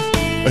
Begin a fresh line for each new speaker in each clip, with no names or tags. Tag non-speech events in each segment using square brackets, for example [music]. A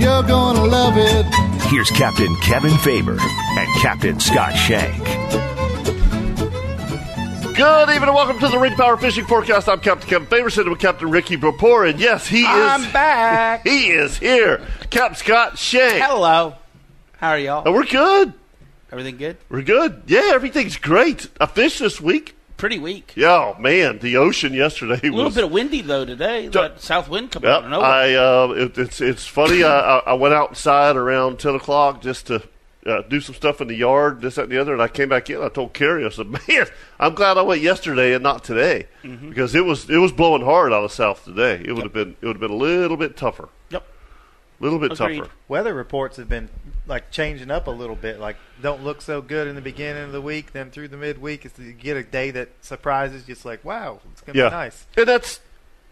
You're gonna love it.
Here's Captain Kevin Faber and Captain Scott Shank.
Good evening and welcome to the Ring Power Fishing Forecast. I'm Captain Kevin Faber, sitting with Captain Ricky Vapor, and yes, he is.
I'm back.
He is here. Cap Scott Shank.
Hello. How are y'all?
And we're good.
Everything good?
We're good. Yeah, everything's great. I fished this week.
Pretty weak.
Yeah, oh, man, the ocean yesterday
A little
was.
bit of windy though today. That south wind coming
Yep,
out of nowhere.
I uh, it, it's it's funny. I, I I went outside around ten o'clock just to uh, do some stuff in the yard, this that and the other, and I came back in. I told Carrie, I said, "Man, I'm glad I went yesterday and not today because it was it was blowing hard out of south today. It would have been it would have been a little bit tougher,
yep.
a little bit
Agreed.
tougher.
weather reports have been like changing up a little bit. Like don't look so good in the beginning of the week, then through the midweek, it's, you get a day that surprises. Just like wow, it's gonna
Yeah,
be nice.
and that's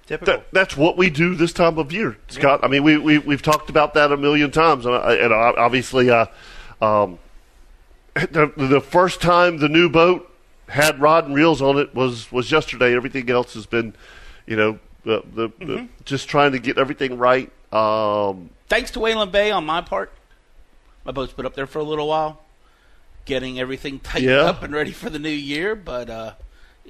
Typical.
That, that's what we do this time of year, Scott. I mean, we, we we've talked about that a million times, and, I, and I- obviously, uh, um, the, the first time the new boat had rod and reels on it was was yesterday. Everything else has been, you know, the, the, the just trying to get everything right. Um,
Thanks to Whalen Bay on my part. My boat's been up there for a little while, getting everything tightened
Yeah.
up and ready for the new year. But uh,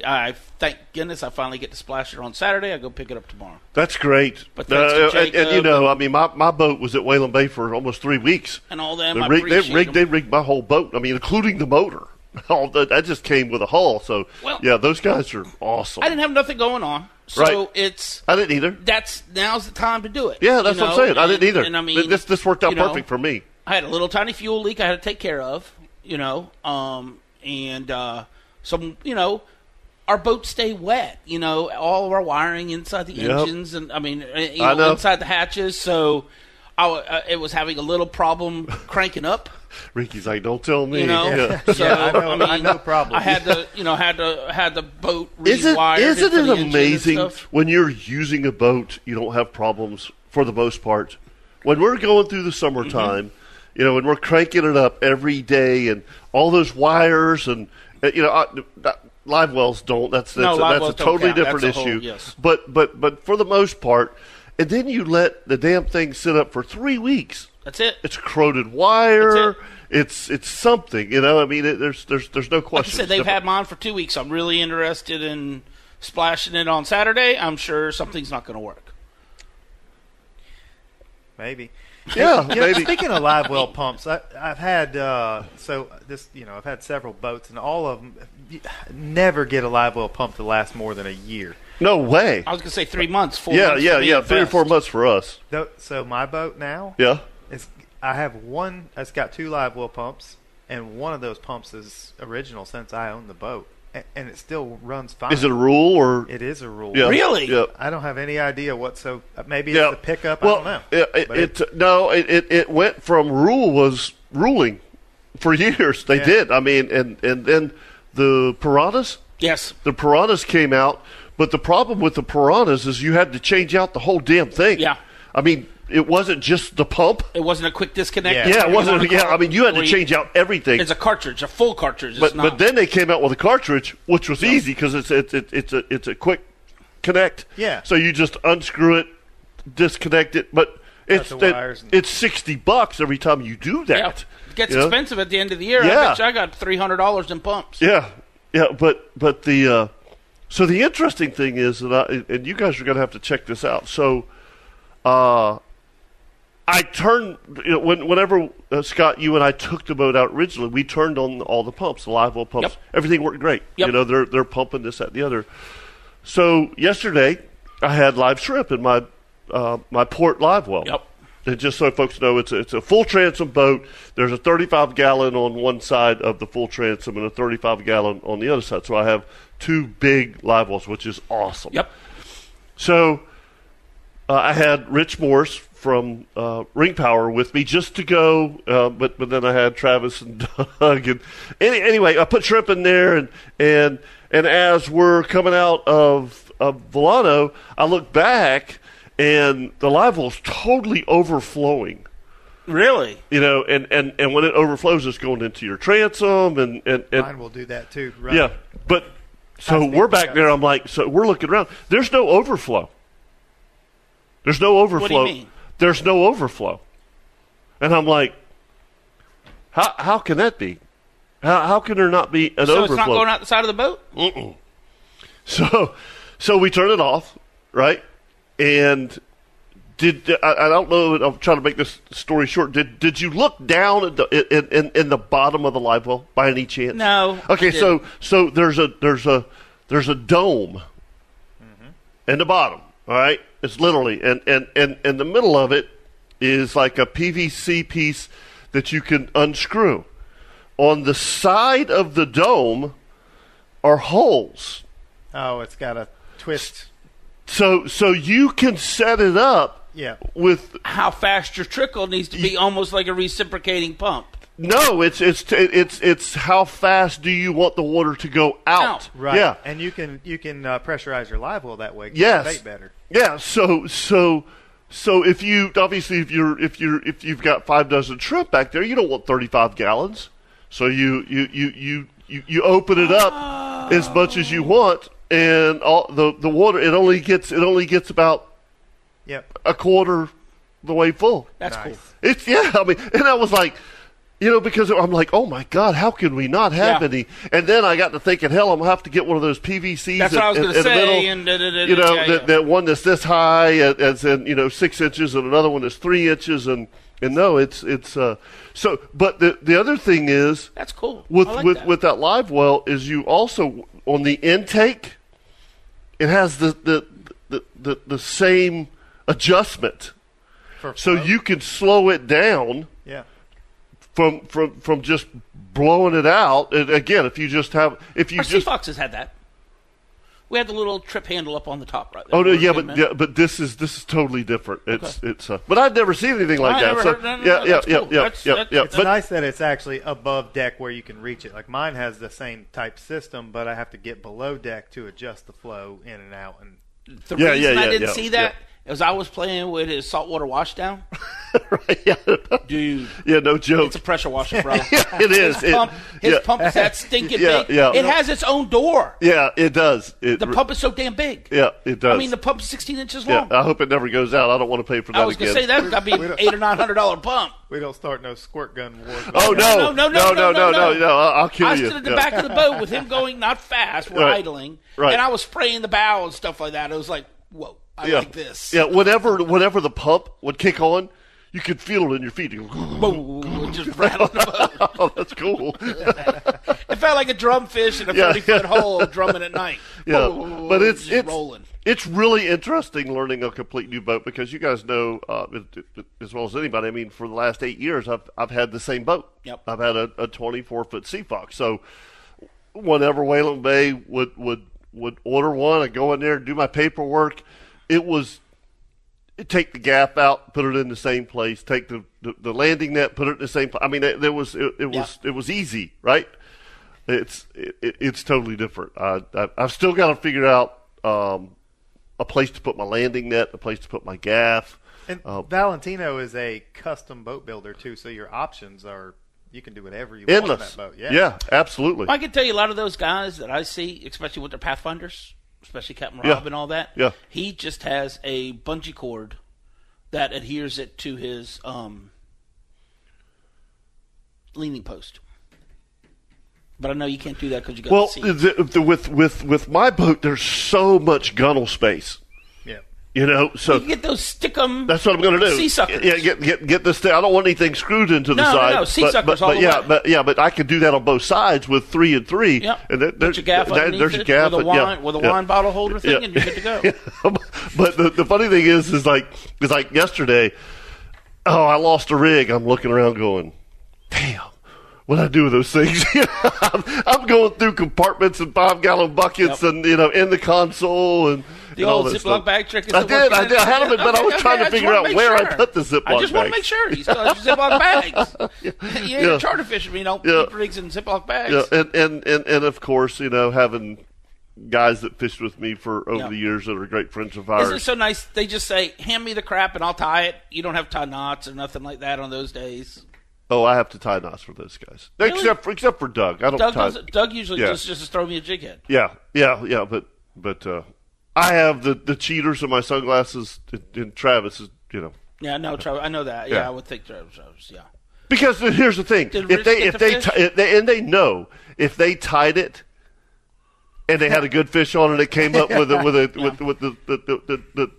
I thank goodness I finally get to splash it on Saturday. I go pick it up tomorrow.
that's great. Uh,
But thanks to
and, and you
Jacob
know, I mean, my, my boat was at Whalen Bay for almost three weeks.
And all them,
They
I
rigged, they
appreciate
rigged, they
them.
rigged my whole boat. I mean, including the motor. [laughs] All that, that just came with a hull. So
Well-
yeah, those guys are awesome.
I didn't have nothing going on, so
Right.
it's
I didn't either.
that's now's the time to do it.
Yeah, that's
you
what I'm
know?
saying. I didn't
And-
either.
And I
Th-
mean,
this this worked out
you know,
perfect for me.
I had a little tiny fuel leak I had to take care of, you know, um, and uh, some, you know, our boats stay wet, you know, all of our wiring inside the
Yep.
engines and I mean, uh, you
I
know,
know.
inside the hatches. So I w- uh, it was having a little problem
[laughs]
cranking up,
Ricky's like, don't tell me.
you know.
Yeah.
So
I know- I know problems.
I had to, you know, had to had the boat
Isn't,
rewired.
isn't
for the
it
engine and
amazing
stuff.
when you're using a boat, you don't have problems for the most part? When we're going through the summertime,
Mm-hmm.
you know, and we're cranking it up every day and all those wires and, uh, you know, I, that- live wells don't. That's, that's, a,
No, live
that's a
wells don't
totally
count.
different
That's a whole-
issue.
yes.
But, but, but for the most part, and then you let the damn thing sit up for three weeks.
That's it.
It's corroded wire.
That's it.
It's it's something, you know. I mean, it, there's there's there's no
Like I
question.
said,
It's
they've
different.
had mine for two weeks. I'm really interested in splashing it on Saturday. I'm sure something's not going to work.
Maybe.
yeah,
You know,
maybe.
speaking of live well pumps, I, I've had uh, so this you know I've had several boats and all of them you never get a live well pump to last more than a year.
No way.
I was going to say three months. Four
yeah,
months
yeah,
for me
yeah.
at
Three or
best.
four months for us.
Tho- So my boat now,
Yeah.
It's I have one that's got two live well pumps, and one of those pumps is original since I own the boat, and, and it still runs fine.
Is it a rule or?
It is a rule.
Yeah,
Really?
Yeah.
I don't have any idea what. So uh, maybe
yeah.
it's the pickup.
Well,
I don't know.
It, it,
But
it- no, it, it it went from rule was ruling for [laughs] years. They
Yeah.
did. I mean, and and then the piranhas.
Yes.
The piranhas came out, but the problem with the piranhas is you had to change out the whole damn thing.
Yeah.
I mean, it wasn't just the pump.
It wasn't a quick disconnect.
Yeah.
Yeah,
You
it wasn't.
wanna
Yeah,
call
I mean, you had to
where
change out everything.
It's a cartridge, a full cartridge. It's
but
not-
but then they came out with a cartridge, which was easy because it's it's it's it's a it's a quick connect.
Yeah.
So you just unscrew it, disconnect it, but it's
the
that-
wires and-
it's sixty bucks every time you do
yeah,
that.
it gets
you know?
expensive at the end of the year.
Yeah.
I bet you I got three hundred dollars in pumps.
Yeah, yeah, but but the uh, So the interesting thing is that I and you guys are going to have to check this out. So, uh, I turned you know, when, whenever uh, Scott, you and I took the boat out originally, we turned on all the pumps, the live well pumps.
Yep.
Everything worked great.
Yep.
You know, they're they're pumping this that and the other. So yesterday, I had live shrimp in my uh, my port live well.
Yep.
And just so folks know, it's a, it's a full transom boat. There's a 35 gallon on one side of the full transom and a 35 gallon on the other side. So I have two big live wells, which is awesome.
Yep.
So uh, I had Rich Morse from uh, Ring Power with me just to go, uh, but but then I had Travis and [laughs] Doug and any, anyway I put shrimp in there and and and as we're coming out of of Volano, I look back and the live well's totally overflowing
Really?
you know, and, and, and when it overflows, it's going into your transom and, and,
Mine
and
will do that too. Right?
yeah. But so we're back there. I'm like, so we're looking around. There's no overflow. There's no
you
overflow.
mean?
There's no overflow. And I'm like, how how can that be? How how can there not be an
So
overflow?
it's not going out the side of the boat?
[laughs] So, so we turn it off, right? And did I, I don't know? I'm trying to make this story short. Did did you look down at the in, in, in the bottom of the live well by any chance?
No, I
Okay,
didn't.
so so there's a there's a there's a dome
Mm-hmm.
in the bottom. All right, it's literally and and and and the middle of it is like a PVC piece that you can unscrew. On the side of the dome are holes.
Oh, it's got a twist.
So so you can set it up
Yeah.
with
How fast your trickle needs to be almost like a reciprocating pump.
no it's it's it's it's how fast do you want the water to go out?
Out,
Right.
Yeah.
And you can you can uh, pressurize your live well that way. get
Yes.
the Bait better.
Yeah, so so so if you obviously if you're if you're if you've got 5 dozen shrimp back there, you don't want 35 gallons. So you you you you you, you open it up as much as you want and all the the water it only gets it only gets about
Yep.
a quarter the way full.
That's
Nice.
cool.
It's yeah. I mean, and I was like, you know, because I'm like, oh my god, how can we not have
Yeah.
any? And then I got to thinking, hell, I'm gonna have to get one of those PVCs.
That's
in,
what I was
in-
gonna
in the
say,
middle,
and da- da- da-
you know,
yeah,
that,
yeah.
that one that's this high, uh, as in you know six inches, and another one that's three inches, and and no, it's it's uh so. But the the other thing is
That's cool.
with
I like
with
that.
with that live well is you also on the intake, it has the the the the, the same adjustment.
For
So
flow.
you can slow it down
Yeah.
from from from just blowing it out. And again, if you just have if you
Our sea
just
foxes had that. We had the little trip handle up on the top right there.
oh no
We were
yeah
good,
but
man.
yeah, but this is this is totally different. It's it's uh, but I've never seen anything like
I
that.
never
So
heard- no, no,
yeah
no,
yeah
that's
yeah
cool.
yeah
That's-
yeah
that's-
yeah.
It's
But
nice that it's actually above deck where you can reach it. Like mine has the same type system, but I have to get below deck to adjust the flow in and out. And
The
Yeah,
reason
yeah,
I
yeah,
didn't
yeah,
see that is I was playing with his
[laughs]
saltwater washdown.
yeah,
Dude,
yeah no joke.
it's a pressure
[laughs]
washer, bro.
it is.
His
It-
pump, his
yeah.
pump is that
[laughs]
stinking
Yeah,
big.
yeah.
It has its own door.
Yeah, it does. It,
The pump is so damn big.
Yeah, it does.
I mean, the pump's 16 inches
yeah,
long.
I hope it never goes out. I don't want to pay for that
I was
again.
going to say that would be an eight or nine hundred dollar pump.
we don't start no squirt gun wars.
[laughs] Oh no,
No, no, no,
no, no, no, no, I'll I'll kill
I
you.
stood at the
Yeah.
back of the boat
[laughs]
with him going not fast, we're
Right.
idling,
Right.
and I was spraying the bow and stuff like that. It was like, whoa, I like this.
Yeah, whenever whenever the pump would kick on, you could feel it in your feet. [laughs] You go,
Boom, just rattled the boat.
oh, that's
[laughs]
cool.
It felt like a drum fish in a
Yeah.
thirty foot hole drumming at night.
[laughs] yeah,
Boom,
but it's
just
it's
rolling.
it's really interesting learning a complete new boat because you guys know uh, it- it- as well as anybody. I mean, for the last eight years, I've I've had the same boat.
Yep.
I've had a, a 24 foot Sea Fox. So whenever Whalen Bay would would would order one, I go in there and do my paperwork. It was it'd take the gap out, put it in the same place. Take the, the, the landing net, put it in the same place. I mean, it, there was it, it was it was easy, right? It's it, it- it's totally different. I, I I've still got to figure out um, a place to put my landing net, a place to put my gaff.
And
Uh,
Valentino is a custom boat builder too, so your options are you can do whatever you want on
endless.
that boat.
yeah.
Yeah.
absolutely.
I can tell you a lot of those guys that I see, especially with their Pathfinders, especially Captain Rob
Yeah.
and all that.
Yeah.
He just has a bungee cord that adheres it to his um, leaning post. But I know you can't do that because you got
Well,
the seats.
the, the, with with with my boat, there's so much gunnel space,
Yeah.
you know. So
You get those stick 'em.
that's what I'm going to do.
Mm-hmm. Sea suckers.
Yeah, get get get this thing. I don't want anything screwed into the
No, no,
side.
no, sea
but,
suckers
but,
all
but
the
yeah,
way.
but yeah, but I can do that on both sides with three and three.
Yeah.
and there,
Put
there's
your gaff
there-
underneath
there's
it
your gaff
with a
and- yeah,
wine with a
yeah.
wine bottle holder
[laughs]
thing,
Yeah.
and you're good to go.
but the, the funny thing is, is like, is like yesterday. Oh, I lost a rig. I'm looking around, going, damn. What I do with those things? [laughs] I'm, I'm going through compartments and five gallon buckets,
Yep.
and you know, in the console and
The
and all
old
that
Ziploc
stuff.
bag trick. Is
I
still
did,
working
I
in-
did. I had them, but I
Okay,
was
okay,
trying
[laughs]
to
I just
figure
wanna
out
make
where I
sure.
put the Ziploc
I just want
bag.
to make sure you still have your Ziploc bags. you
[laughs]
ain't
Yeah.
a charter fisherman. You don't
Yeah.
keep rigs in Ziploc bags.
Yeah, and, and, and, and of course, you know, having guys that fished with me for over
Yeah.
the years that are great friends of
Isn't it
ours.
so nice? They just say, "Hand me the crap and I'll tie it." You don't have to tie knots or nothing like that on those days.
oh, I have to tie knots for those guys, except for, except for Doug. I don't
Doug,
tie.
does, Doug usually
Yeah.
just just throw me a jig head.
Yeah, yeah, yeah. But but uh, I have the the cheaters in my sunglasses, and, and Travis is you know
Yeah, no, Travis. I know that. Yeah,
Yeah.
I would think Travis. Travis, Yeah,
because here's the thing:
Did
if
Rich
they
get
if
the
they,
fish?
ti- if they and they know if they tied it. And they had a good fish on, and it came up with a, with
[laughs]
a, with, with the, the, the, the, the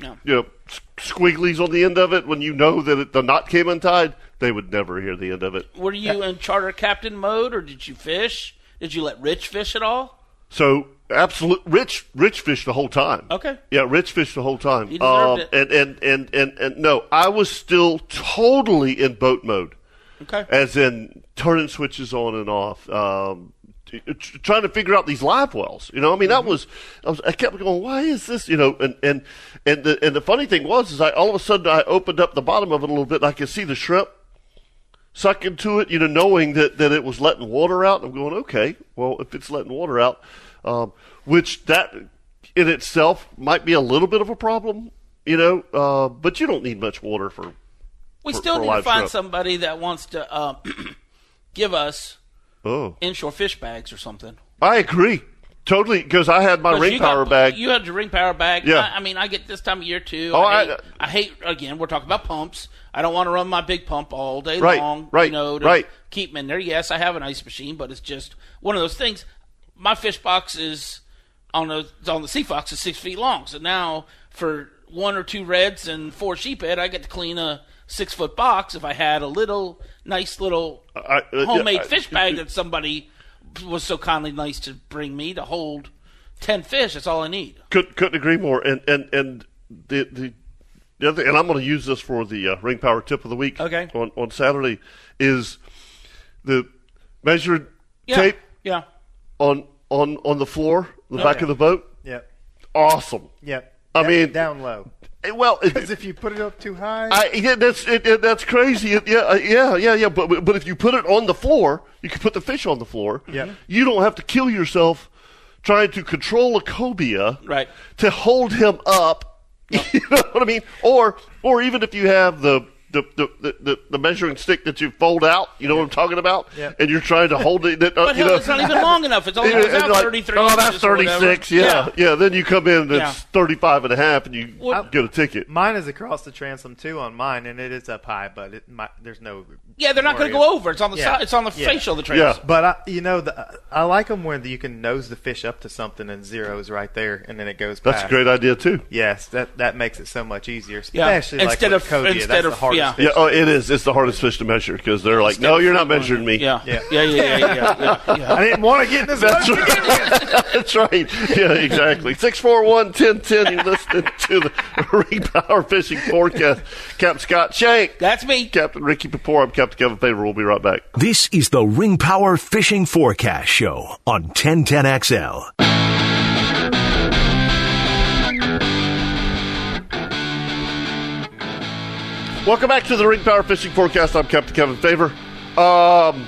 no.
you know s- squigglies on the end of it. When you know that it, the knot came untied, they would never hear the end of it.
Were you in charter captain mode, or did you fish? Did you let Rich fish at all?
So absolute rich, rich fish the whole time.
Okay.
Yeah, rich fish the whole time.
You
um,
deserved it.
And, and and and and no, I was still totally in boat mode,
Okay.
as in turning switches on and off, um, t- t- trying to figure out these live wells. You know, I mean,
Mm-hmm.
that was I was I kept going, why is this? You know, and and and the and the funny thing was is I all of a sudden I opened up the bottom of it a little bit, and I could see the shrimp sucking to it, you know, knowing that, that it was letting water out. I'm going, okay, well, if it's letting water out, um, which that in itself might be a little bit of a problem, you know, uh, but you don't need much water for.
We
for-
still
for
need to
live
find
shrimp.
somebody that wants to um, [clears throat] give us
Oh,
inshore fish bags or something.
I agree totally because I had my
'Cause
ring
you got-
power bag.
You had your ring power bag.
Yeah.
I, I mean, I get this time of year too.
Oh,
I,
I-
hate, I, hate again. We're talking about pumps. I don't want to run my big pump all day
Right,
long.
right,
You know, to
right.
keep them in there. Yes, I have an ice machine, but it's just one of those things. My fish box is on the on the sea fox is six feet long. So now for one or two reds and four sheephead, I get to clean a six foot box. If I had a little nice little
I- uh,
homemade
yeah, I-
fish bag that somebody was so kindly nice to bring me to hold ten fish. That's all I need.
Could, couldn't agree more. And and and the the. The other, and I'm going to use this for the uh, ring power tip of the week.
Okay.
On on Saturday, is the measured
Yeah,
tape
yeah.
on on on the floor, the back
Oh, yeah.
of the boat.
Yep.
Awesome.
Yep.
I
Down-
mean-
down low.
Eh, Well, it-
Because if you put it up too high,
I, yeah, that's it, it- that's crazy. It- yeah, uh, yeah, yeah, yeah. But but if you put it on the floor, you can put the fish on the floor.
Yeah.
Mm-hmm.
You don't have to kill yourself trying to control a cobia.
Right.
To hold him up. [laughs] You know what I mean? Or or even if you have the. The, the, the- the, the measuring stick that you fold out, you know what I'm talking about,
Yeah.
and you're trying to hold it. that- uh,
But
you
hell,
know- [laughs]
it's not even long enough. It's only
Yeah,
it's
and
out
like,
33
Oh, that's
inches or whatever.
36. Yeah, yeah. Then you come in and
Yeah.
it's 35 and a half and you
Well-
get a ticket.
mine is across the transom too on mine, and it is up high, but it my, there's no.
Yeah, they're not going to
worry.
go over. It's on the
Yeah.
side. It's on the
Yeah.
facial of the trails.
Yeah.
But I, you know, the, I like them when you can nose the fish up to something and zeros right there, and then it goes.
That's
past.
a great idea, too.
Yes, that that makes it so much easier,
Yeah.
especially like
Instead
with
of-
cobia.
instead
That's
of-
the hardest
yeah.
fish.
Yeah, oh, it is. It's the hardest fish to measure because they're like, no, you're not measuring me.
Yeah.
Yeah.
Yeah. Yeah. Yeah. Yeah. Yeah.
[laughs]
yeah, yeah.
I didn't want to get in this.
That's
boat.
right. [laughs] That's right. Yeah, exactly. [laughs] 641 1010. You're listening to the Ring Power Fishing Forecast. Captain Scott Shank,
That's me.
Captain Ricky Papore. I'm Captain Kevin Favor. We'll be right back.
This is the Ring Power Fishing Forecast Show on 1010XL.
Welcome back to the Ring Power Fishing Forecast. I'm Captain Kevin Favor. Um,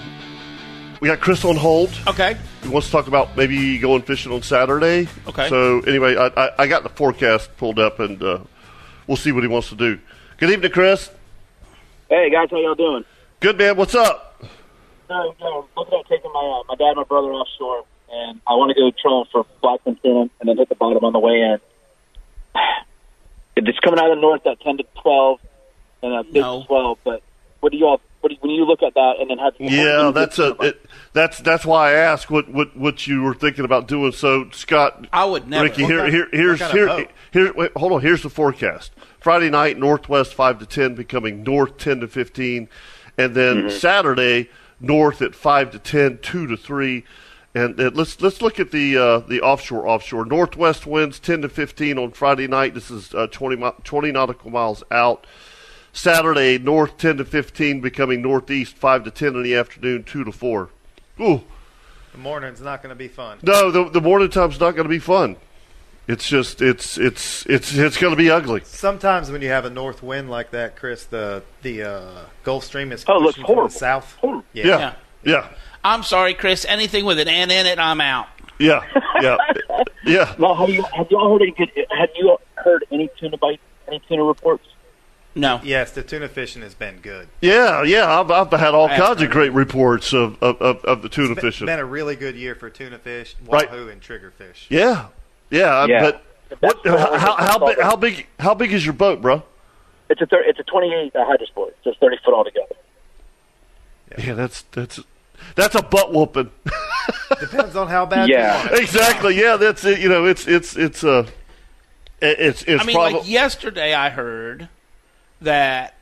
we got Chris on hold.
Okay.
He wants to talk about maybe going fishing on Saturday.
Okay.
So anyway, I, I, I got the forecast pulled up, and uh, we'll see what he wants to do. Good evening, Chris.
Hey guys, how y'all doing?
Good man. What's up?
No, no, I'm looking at taking my uh, my dad and my brother offshore, and I want to go trolling for blackfin tuna, and then hit the bottom on the way in. [sighs] If It's coming out of the north at ten to twelve, and a big
No.
twelve. But what do y'all? When you- when you look at that and then have
Yeah, that's a it, that's that's why I asked what, what what you were thinking about doing. So Scott,
I would never.
Ricky,
What
here,
kind-
here,
what
here's
kind of
here,
boat?
here. Wait, hold on. Here's the forecast. Friday night, northwest five to ten, becoming north ten to fifteen, and then Saturday, north at five to 10, 2 to three. And uh, let's let's look at the uh, the offshore offshore northwest winds ten to fifteen on Friday night. This is uh, 20, mi- 20 nautical miles out. Saturday, north 10 to 15, becoming northeast 5 to 10 in the afternoon, 2 to 4. Ooh,
The morning's not going to be fun.
no, the, the morning time's not going to be fun. It's just, it's, it's, it's, it's going to be ugly.
Sometimes when you have a north wind like that, Chris, the the uh, Gulf Stream is
Oh, it
pushing
looks
from
horrible.
the south.
Horrible.
Yeah.
Yeah.
Yeah. Yeah.
I'm sorry, Chris. Anything with an N in it, I'm out.
Yeah. Yeah. yeah.
[laughs] Well, have you have you all heard any good? Have you heard any tuna bite? Any tuna reports?
No.
Yes, the tuna fishing has been good.
Yeah. Yeah. I've, I've had all
I
kinds of
haven't
great reports of, of, of, of the tuna
It's been,
fishing.
been a really good year for tuna fish,
Right.
wahoo, and triggerfish.
Yeah. Yeah.
Yeah.
But what,
That's what I
how, how,
saw
big,
there.
how big, how big is your boat, bro?
It's a thir- it's a 28 uh, hydro sport, so it's 30 foot altogether.
Yeah. That's, that's, that's a butt whooping. [laughs]
Depends on how bad.
Yeah.
You want it.
exactly. Yeah, that's it. You know, it's it's it's uh, it- it's it's
I mean,
probably
like yesterday, I heard that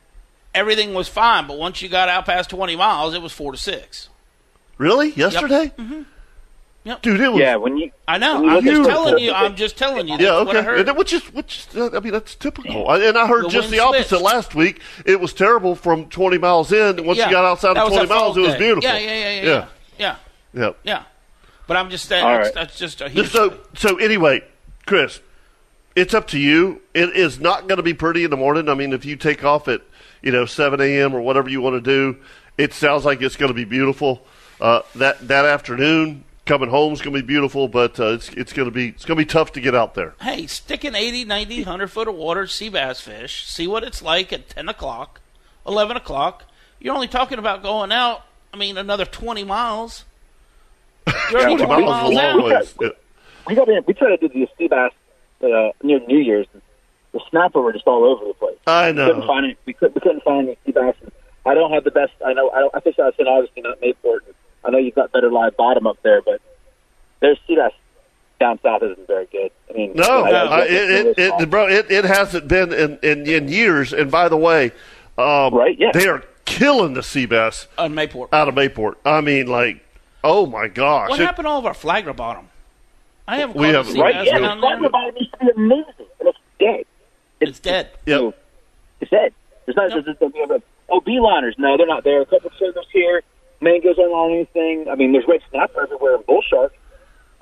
everything was fine, but once you got out past 20 miles, it was four to six.
really yesterday. Mm-hmm.
Yep.
Dude, it was
Yeah, when you
I know.
When you
I'm
look
just
at-
telling you. I'm just telling you. That's
Yeah,
what
okay.
I heard.
And which is which? is- uh, I mean, that's typical. I- And I heard
The
just
wind
the opposite
switched.
last week. It was terrible from 20 miles in. and Once
Yeah.
you got outside
That
of
was
20
that
miles, it
fog
was
day.
beautiful.
Yeah, yeah, yeah, yeah,
yeah.
yeah, yeah,
yeah.
yeah. But I'm just saying
All
that's,
right.
that's just a
Just
huge.
So so anyway, Chris, it's up to you. It is not going to be pretty in the morning. I mean, if you take off at you know seven a.m. or whatever you want to do, it sounds like it's going to be beautiful. Uh, that that afternoon coming home is going to be beautiful, but uh, it's it's going to be it's going to be tough to get out there.
hey, stick an 80, 90, 100 foot of water sea bass fish. See what it's like at 10 o'clock, 11 o'clock. You're only talking about going out, I mean, another 20 miles. You're already
20
20
miles is a
miles
long
out.
ways. Yeah.
we got in, we tried to do the sea bass uh, near New Year's. The snapper were just all over the place.
I
couldn't
know.
find it. We, could, we couldn't find any sea bass. I don't have the best. I know. I, don't, I fish out of St. Augustine, not Mayport. I know you've got better live bottom up there, but their sea bass down south isn't very good. I mean,
No,
I,
I, it, it, it, bro, it, it hasn't been in, in, in years. And by the way, um,
Right, yeah.
they are killing the sea bass
On Mayport.
out of Mayport. I mean, like, oh my gosh!
what
It-
happened to all of our flagler bottom? I haven't
We
caught
have-
a sea
Right,
right.
bass
Yeah,
down
the
there.
bottom bottom used to be amazing, and it's dead.
It's dead.
Yep.
It's dead. There's not. There's, there's, there's, oh, beeliners. No, they're not there. A couple of servers here. Mangoes aren't on anything. I mean, there's red snapper everywhere and bull shark.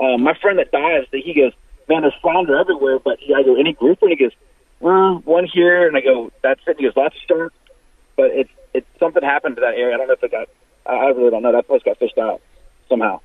Uh, my friend that dives, he goes, man, there's flounder everywhere. But he, I go, any grouper? And he goes, mm, one here. And I go, that's it. And he goes, lots of sharks. But it's it's something happened to that area. I don't know if it got. I, I really don't know. That place got fished out somehow.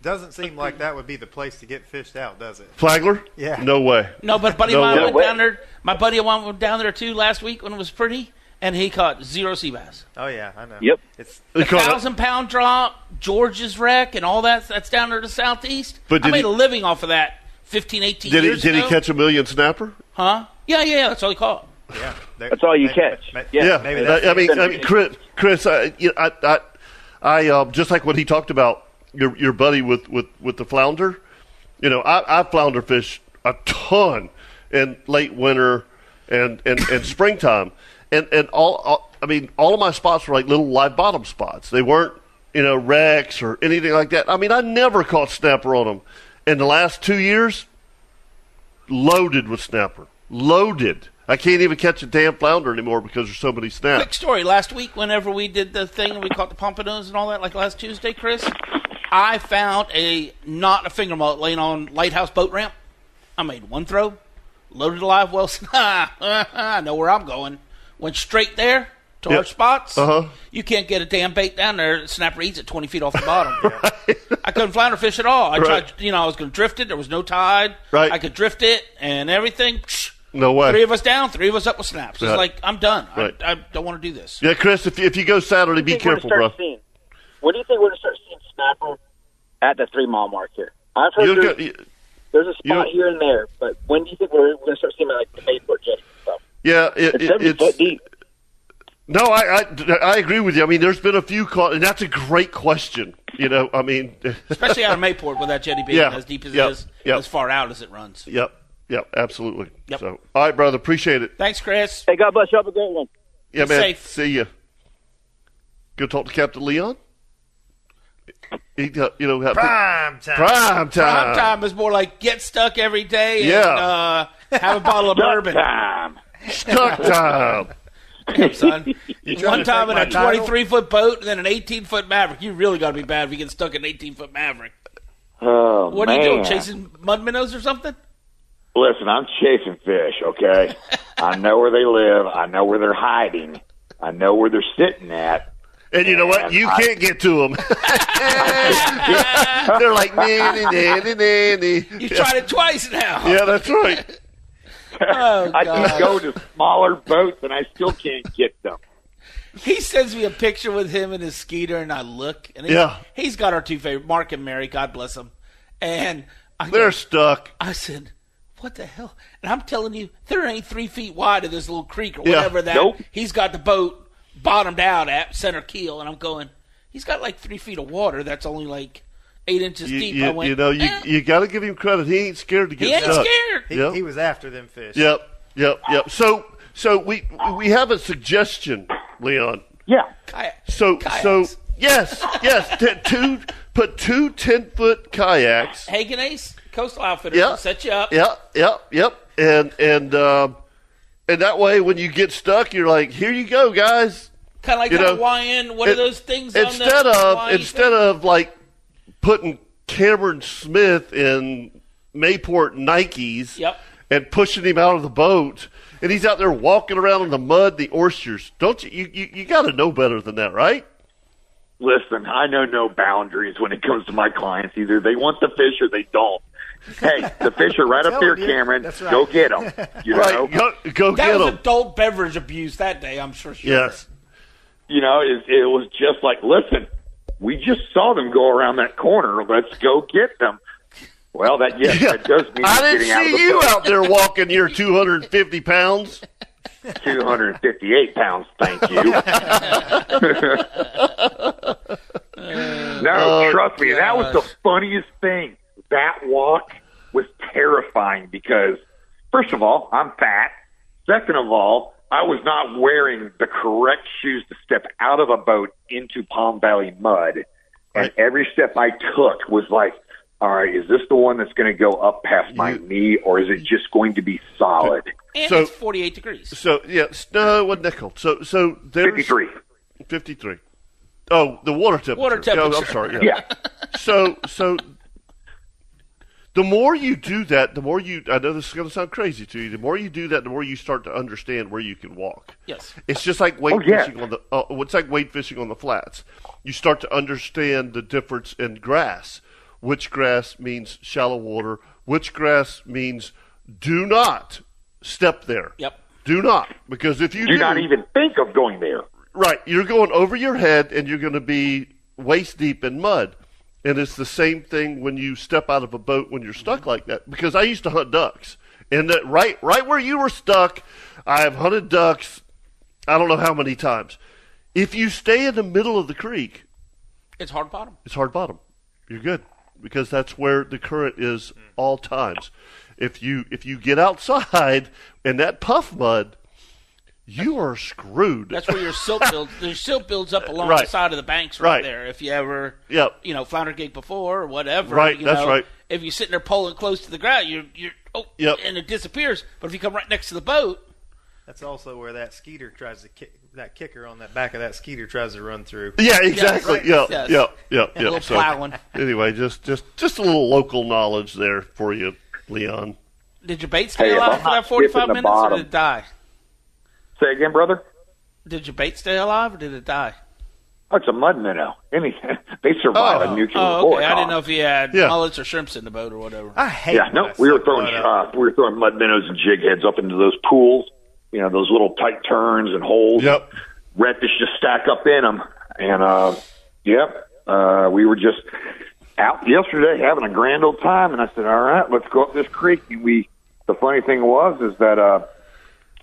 Doesn't seem like that would be the place to get fished out, does it?
Flagler?
Yeah.
No way.
No, but buddy of
No
mine
way.
went
No way.
down there. My buddy of mine went down there too last week when it was pretty, and he caught zero sea bass.
Oh yeah, I know.
Yep.
It's
They call it-
Thousand pound drop, George's wreck, and all that. That's down there to southeast.
But
I
did
made
he-
a living off of that 15, 18
did he
years
did he
ago.
catch a million snapper?
Huh? Yeah, yeah, yeah. That's all he caught.
yeah.
That's all you catch. Yeah.
Yeah.
maybe that's
I, I mean, I mean, Chris, Chris, I, you know, I, I, I um, just like what he talked about your your buddy with with with the flounder. You know, I, I flounder fish a ton in late winter and and
[coughs]
and springtime, and and all, all. I mean, all of my spots were like little live bottom spots. They weren't you know wrecks or anything like that. I mean, I never caught snapper on them. In the last two years, loaded with snapper. Loaded. I can't even catch a damn flounder anymore because there's so many
Quick
snaps.
story. Last week, whenever we did the thing and we caught the pompadours and all that, like last Tuesday, Chris, I found a not a finger mullet laying on lighthouse boat ramp. I made one throw, loaded a live well. [laughs] I know where I'm going. Went straight there to
Yep.
our spots.
Uh-huh.
You can't get a damn bait down there. Snapper eats it 20 feet off the
[laughs]
bottom. I couldn't flounder fish at all. I
Right.
tried, you know, I was going to drift it. There was no tide.
Right.
I could drift it and everything. Psh,
No way.
Three of us down, three of us up with snaps. It's
Right.
like I'm done.
Right.
I, I don't want to do this.
Yeah, Chris, if you, if you go Saturday, be
think we're
careful,
gonna
bro.
start Seeing, when do you think we're going to start seeing snapper at the three mile mark here? I've heard
You'll
there's,
go-
there's a
you'll-
spot here and there, but when do you think we're, we're going to start seeing like the Mayport jetty and stuff?
yeah, it,
It's
it,
seventy
it's
foot deep.
No, I, I, I agree with you. I mean, there's been a few calls, and that's a great question. You know, I mean, [laughs]
especially out of Mayport with that jetty being
Yeah.
as deep as
Yep.
it is,
Yep.
as far out as it runs.
yep, yep, absolutely.
Yep.
So, all right, brother, appreciate it.
Thanks, Chris.
Hey, God bless you. Have a great one.
Yeah,
Be
man.
safe.
See you. Go talk to Captain Leon. He, got- you know, have
Prime time.
prime
Prime
time.
time is more like get stuck every day and
Yeah.
uh, have a
[laughs]
bottle of bourbon,
Time.
Stuck time.
son.
trying
One
to
time in
take
a
my title?
23 foot boat and then an 18 foot Maverick. You really got to be bad if you get stuck in an 18 foot Maverick.
Oh,
What
man.
are you doing? Chasing mud minnows or something?
Listen, I'm chasing fish,
[laughs]
okay? I know where they live. I know where they're hiding. I know where they're sitting at.
And you know what? You
I-
can't get
[laughs]
to them. [laughs] They're like, nanny, nanny, nanny.
You tried it twice now.
Yeah, that's right.
Oh,
I
God.
just go to smaller boats and I still can't get them.
He sends me a picture with him and his skeeter, and I look, and he's,
Yeah.
he's got our two favorite, Mark and Mary. God bless them. And I, go-
They're stuck.
I said, "What the hell?" And I'm telling you, there ain't three feet wide of this little creek or
Yeah.
whatever that
Nope.
he's got the boat bottomed out at center keel, and I'm going, he's got like three feet of water that's only like eight inches
You,
deep.
you-
I went,
you know, you,
"Eh,
you got to give him credit. He ain't scared to get
he ain't
stuck.
scared.
He,
Yep.
he was after them fish.
Yep, yep, yep. So, so we we have a suggestion, Leon.
Yeah.
Kayak.
So, so
Kayaks.
yes, yes. T- two put two ten foot kayaks.
Hagen Ace Coastal Outfitters
Yeah.
will set you up.
Yep, yep, yep. And and um, and that way, when you get stuck, you're like, here you go, guys.
Kind of like
You
that
know,
Hawaiian. What are
it-
those things? on
Instead
the
of
Hawaiian
instead of like putting Cameron Smith in Mayport Nikes
Yep.
and pushing him out of the boat. And he's out there walking around in the mud, the oysters. Don't you? You, you, you got to know better than that, right?
Listen, I know no boundaries when it comes to my clients. Either they want the fish or they don't. Hey,
[laughs]
the fish are right up here,
Telling you.
Cameron.
That's right.
Go
[laughs]
get them. You know,
Right. Go, go
That
get
was
him.
adult beverage abuse that day, I'm sure. sure.
Yes.
you know, it, it was just like, listen, we just saw them go around that corner. Let's go get them. Well, that yes,
Yeah.
that does mean
I
getting
didn't
out of the
see you
boat.
out there walking [laughs] your 250 pounds.
258 pounds, thank you. no, trust me, that was the funniest thing. That walk was terrifying because, first of all, I'm fat. Second of all, I was not wearing the correct shoes to step out of a boat into Palm Valley mud. And every step I took was like, all right, is this the one that's going to go up past my knee or is it just going to be solid?
And
So-
it's 48 degrees.
So yeah, s- no, what nickel? So so there's
53.
53. Oh, the water temperature.
Water
Oh, I'm
temperature.
sorry. Yeah.
Yeah.
So so the more you do that, the more you. I know this is going to sound crazy to you. The more you do that, the more you start to understand where you can walk.
Yes.
It's just like weight
Oh, yeah.
fishing on the. Uh, it's like weight fishing on the flats. You start to understand the difference in grass. Which grass means shallow water. Which grass means do not step there.
Yep.
Do not because if you
do
do
not even think of going there.
Right. You're going over your head and you're going to be waist deep in mud. And it's the same thing when you step out of a boat when you're stuck like that. Because I used to hunt ducks. And that right right where you were stuck, I have hunted ducks I don't know how many times. If you stay in the middle of the creek,
It's hard bottom.
it's hard bottom. You're good because that's where the current is all times. If you if you get outside [laughs] in that puff mud, you are screwed.
That's where
[laughs]
your silt builds. Your silt builds up along
Right.
the side of the banks right,
Right.
there. If you ever,
Yep.
you know, flounder gig before or whatever.
Right,
you
that's
know,
right.
If you're sitting there pulling close to the ground, you're you're oh,
Yep.
and it disappears. But if you come right next to the boat,
That's also where that skeeter tries to kick. That kicker on that back of that skeeter tries to run through.
Yeah, exactly.
right.
Yeah,
Yes.
yeah, yeah, yeah.
a little [laughs] plowing.
Anyway, just just just a little local knowledge there for you, Leon.
Did your bait stay
Hey, if
alive
I'm
for
not
that 45
dipping the
minutes, or
bottom-
did it die?
Say again, brother.
Did your bait stay alive, or did it die?
Oh, it's a mud minnow. Anything [laughs] they survive
Oh.
a nuclear
Oh, okay. I
boycott.
didn't know if you had
Yeah.
mullets or shrimps in the boat or whatever.
I hate.
Yeah, no,
when I
we were
suck
throwing
mud up.
uh, we were throwing mud minnows and jig heads up into those pools. You know, those little tight turns and holes.
Yep.
Redfish just stack up in them, and uh, yep, uh, we were just out yesterday having a grand old time. And I said, "All right, let's go up this creek." And we, the funny thing was, is that uh,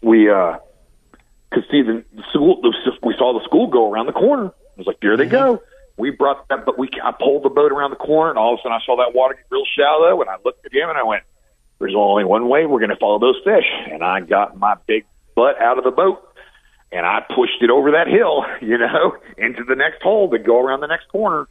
we uh, Because see, the the school the, we saw the school go around the corner. I was like, there they go. We brought that, but we I pulled the boat around the corner, and all of a sudden I saw that water get real shallow, and I looked at him and I went, "There's only one way we're going to follow those fish." And I got my big butt out of the boat and I pushed it over that hill, [laughs] you know, into the next hole to go around the next corner.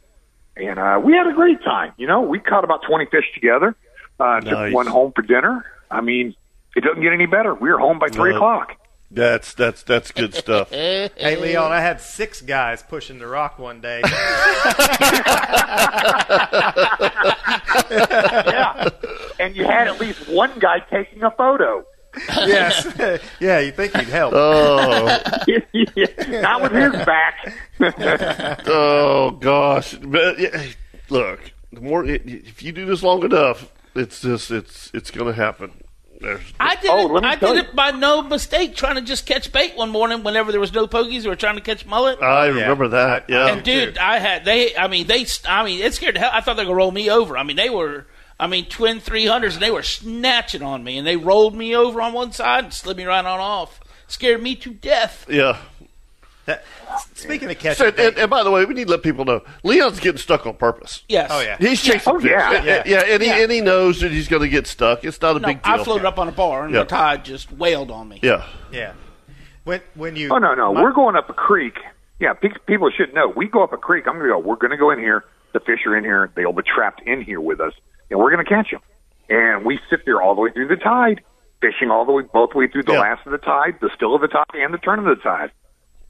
And uh, we had a great time. You know, we caught about 20 fish together, uh,
Nice.
took one home for dinner. I mean, it doesn't get any better. We were home by 3
No.
o'clock.
That's that's that's good
[laughs]
stuff.
Hey, Leon, I had six guys pushing the rock one day. [laughs]
yeah. And you had at least one guy taking a photo. [laughs]
yes. [laughs] yeah, you think he'd help.
Oh,
Not with his back.
oh gosh. But, yeah, look, the more if you do this long enough, it's just it's it's going to happen. There's,
I did
Oh,
it.
let me
I
tell
did
you.
it by no mistake, trying to just catch bait one morning whenever there was no pogies. We were trying to catch mullet.
I remember that. Yeah.
And dude, I had they. I mean, they. I mean, it scared the hell. I thought they were gonna roll me over. I mean, they were. I mean, twin three hundreds, and they were snatching on me, and they rolled me over on one side and slid me right on off. Scared me to death.
yeah.
That- speaking of
So,
catching,
and, and by the way, we need to let people know Leon's getting stuck on purpose.
Yes.
oh yeah,
He's chasing
Oh,
fish.
yeah.
And- and- [laughs] yeah, and he, and he knows that he's going to get stuck. It's not a
No,
big deal.
I floated up on a bar, and
Yeah.
the tide just wailed on me.
Yeah.
yeah. When when you
Oh no, no, we're going up a creek. Yeah, pe- people should know. We go up a creek. I'm going to go. We're going to go in here. The fish are in here. They'll be trapped in here with us, and we're going to catch them. And we sit there all the way through the tide, fishing all the way both way through the
Yeah.
last of the tide, the still of the tide, and the turn of the tide.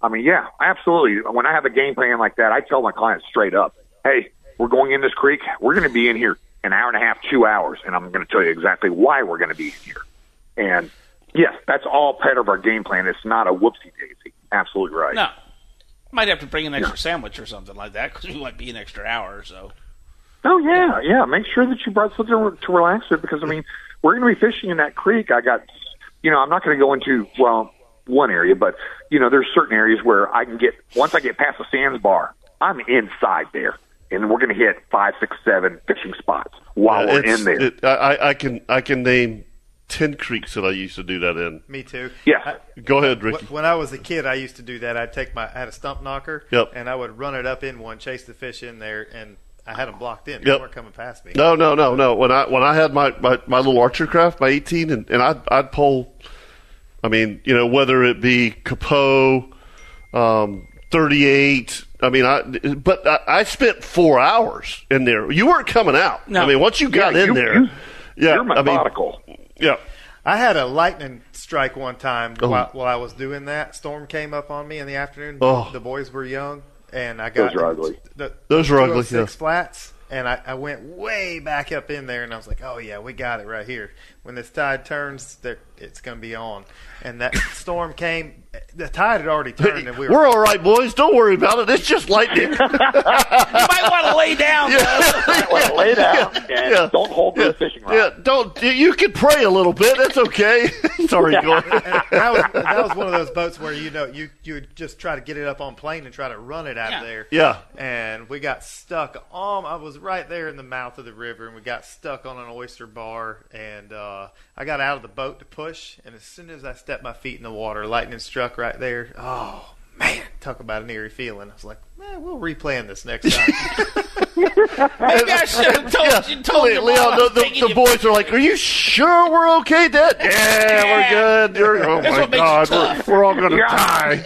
I mean, yeah, absolutely. When I have a game plan like that, I tell my clients straight up, "Hey, we're going in this creek. We're going to be in here an hour and a half, two hours, and I'm going to tell you exactly why we're going to be in here." And yes, that's all part of our game plan. It's not a whoopsie daisy. Absolutely right.
No, might have to bring an extra sandwich or something like that because we might be an extra hour or so.
Oh yeah, yeah. Make sure that you brought something to relax with because I mean, we're going to be fishing in that creek. I got, you know, I'm not going to go into well one area, but you know, there's certain areas where I can get once I get past the sands bar, I'm inside there, and we're going to hit five, six, seven fishing spots while
Uh,
we're
it's-
in there.
it- I, I- I can I can name ten creeks that I used to do that in.
me too.
yeah.
Go ahead,
Wh-
Ricky.
When I was a kid, I used to do that. I'd take my I had a stump knocker,
Yep.
and I would run it up in one, chase the fish in there, and I had them blocked in.
Yep.
They weren't coming past me.
No, no, no, no. When I when I had my, my, my little archer craft, my eighteen, and, and I'd I'd pull, I mean, you know, whether it be Capo, um, thirty eight. I mean, I but I, I spent four hours in there. You weren't coming out.
No.
I mean, once you got
Yeah,
in
you-
there,
you-
yeah,
you're methodical.
I mean, yeah,
I had a lightning strike one time while, while I was doing that. Storm came up on me in the afternoon.
Oh.
The boys were young, and I got
Those are ugly.
The,
Those are ugly,
206
yeah.
flats, and I, I went way back up in there, and I was like, "Oh yeah, we got it right here." When this tide turns, there- it's going to be on. And that storm came. The tide had already turned, and we were
we're all right, boys. Don't worry about it. It's just
[laughs]
lightning.
You might want
[laughs]
to lay down.
Well, lay down and
Yeah.
don't hold the fishing rod.
yeah, don't. you- You can pray a little bit. It's okay. [laughs] Sorry, Gordon.
that
[laughs]
was
[laughs]
that was one of those boats where you know you you would just try to get it up on plane and try to run it out
Yeah.
of there.
Yeah.
And we got stuck. Um, I was right there in the mouth of the river, and we got stuck on an oyster bar. And uh, I got out of the boat to push, and as soon as I stepped my feet in the water, lightning struck right there. Oh man, talk about an eerie feeling. I was like, man, we'll replan this next
[laughs]
time. [laughs]
Maybe I should have told you. Told
Leon,
you,
Leon, the, the- the
boy.
boys are like, "Are you sure we're okay,
[laughs]
Dad?" Yeah, we're good. You're, oh
That's
my
what makes it
God, we're,
tough.
we're all gonna
Yeah. [laughs]
die.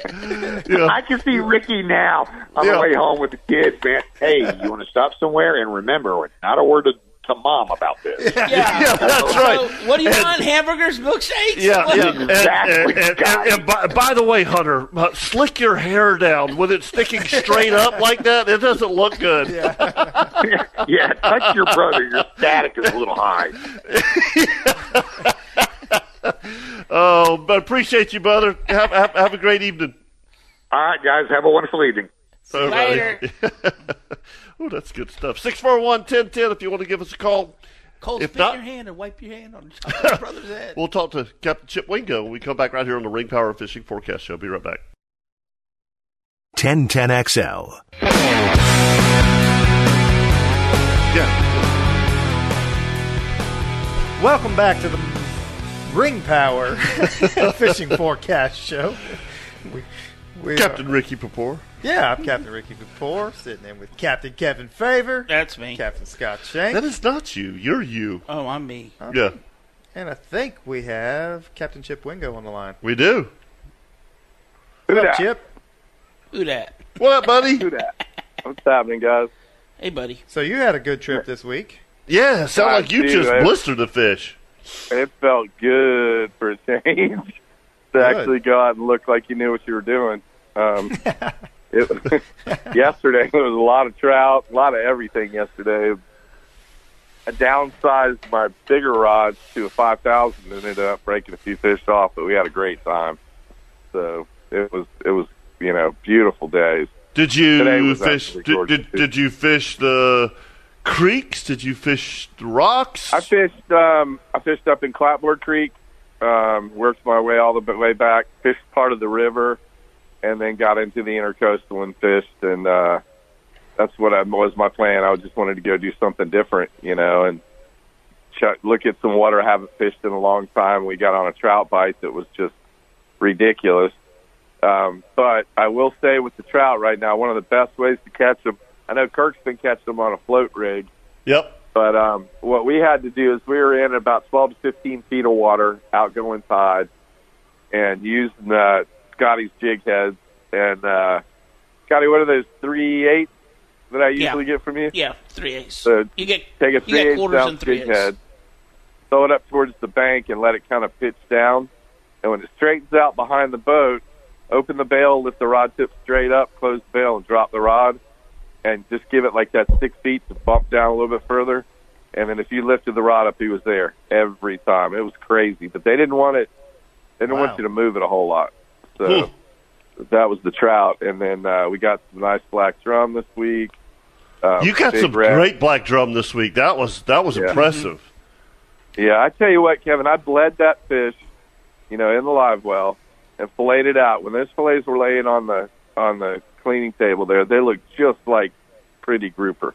Yeah.
I can see Ricky now on
Yeah.
the way home with the kids, man. Hey, you want to stop somewhere? And remember, not a word to, to mom about this.
Yeah.
[laughs] Yeah, that's right.
So, what do you want? Hamburgers, milkshakes?
yeah,
What-
yeah. And, and,
Exactly,
and, and,
guys.
and by, by the way, Hunter, uh, slick your hair down with it sticking straight up like that. It doesn't look
[laughs]
good.
yeah, touch your brother. Your static is a little high.
Oh, but appreciate you, brother. Have, have, have a great evening.
All right, guys, have a wonderful evening.
Later.
[laughs] Oh, that's good stuff. 641 1010 if you want to give us a call.
Cold,
If
spit
not-
your hand and wipe your hand on
[laughs]
your brother's head.
We'll talk to Captain Chip Wingo when we come back right here on the Ring Power Fishing Forecast Show. Be right back.
1010XL.
Yeah.
[laughs] Welcome back to the Ring Power Fishing Forecast Show. We, we
Captain Ricky Papour.
yeah, I'm Captain Ricky Kapoor, sitting in with Captain Kevin Favor,
That's me.
Captain Scott Shank,
That is not you. You're you.
Oh, I'm me.
Yeah,
and I think we have Captain Chip Wingo on the line.
we do.
Who
What up,
that?
Chip?
Who that?
What up, buddy?
[laughs] Who that? What's happening, guys?
Hey, buddy.
So you had a good trip this week.
Yeah, sound like you
Dude,
just
I-
blistered a fish.
It felt good for a change [laughs] to actually go out and look like you knew what you were doing. Um, it, [laughs] yesterday there was a lot of trout, a lot of everything yesterday. I downsized my bigger rods to a five thousand and ended up breaking a few fish off, but we had a great time. So it was it was you know beautiful days.
Did
Today
you
was
fish?
actually
Did,
gorgeous,
did,
too.
did you fish the creeks? Did you fish the rocks?
I fished. Um, I fished up in Clapboard Creek. Um, worked my way all the b- way back. Fished part of the river, and then got into the intercoastal and fished. And uh, that's what I, was my plan. I just wanted to go do something different, you know, and ch- look at some water I haven't fished in a long time. We got on a trout bite that was just ridiculous. Um, but I will say with the trout right now, one of the best ways to catch them. I know Kirk's been catching them on a float rig.
yep.
But um, what we had to do is we were in about 12 to 15 feet of water, outgoing tide, and using uh, Scotty's jig heads. And uh, Scotty, what are those three eights that I
Yeah.
usually get from you?
Yeah, three eighths.
So
You get
Take a
you
three
get
eighths
quarters and
ounce
three
jig
eighths.
head, throw it up towards the bank, and let it kind of pitch down. And when it straightens out behind the boat, open the bail, lift the rod tip straight up, close the bail, and drop the rod, and just give it like that six feet to bump down a little bit further. And then if you lifted the rod up, he was there every time. It was crazy, but they didn't want it. They didn't
Wow.
want you to move it a whole lot. So
Hmm.
that was the trout, and then uh, we got some nice black drum this week. Um,
You got
big
some
red.
great black drum this week. That was that was
Yeah.
impressive.
Yeah, I tell you what, Kevin, I bled that fish, you know, in the live well and filleted it out. When those fillets were laying on the on the cleaning table there, they looked just like pretty grouper.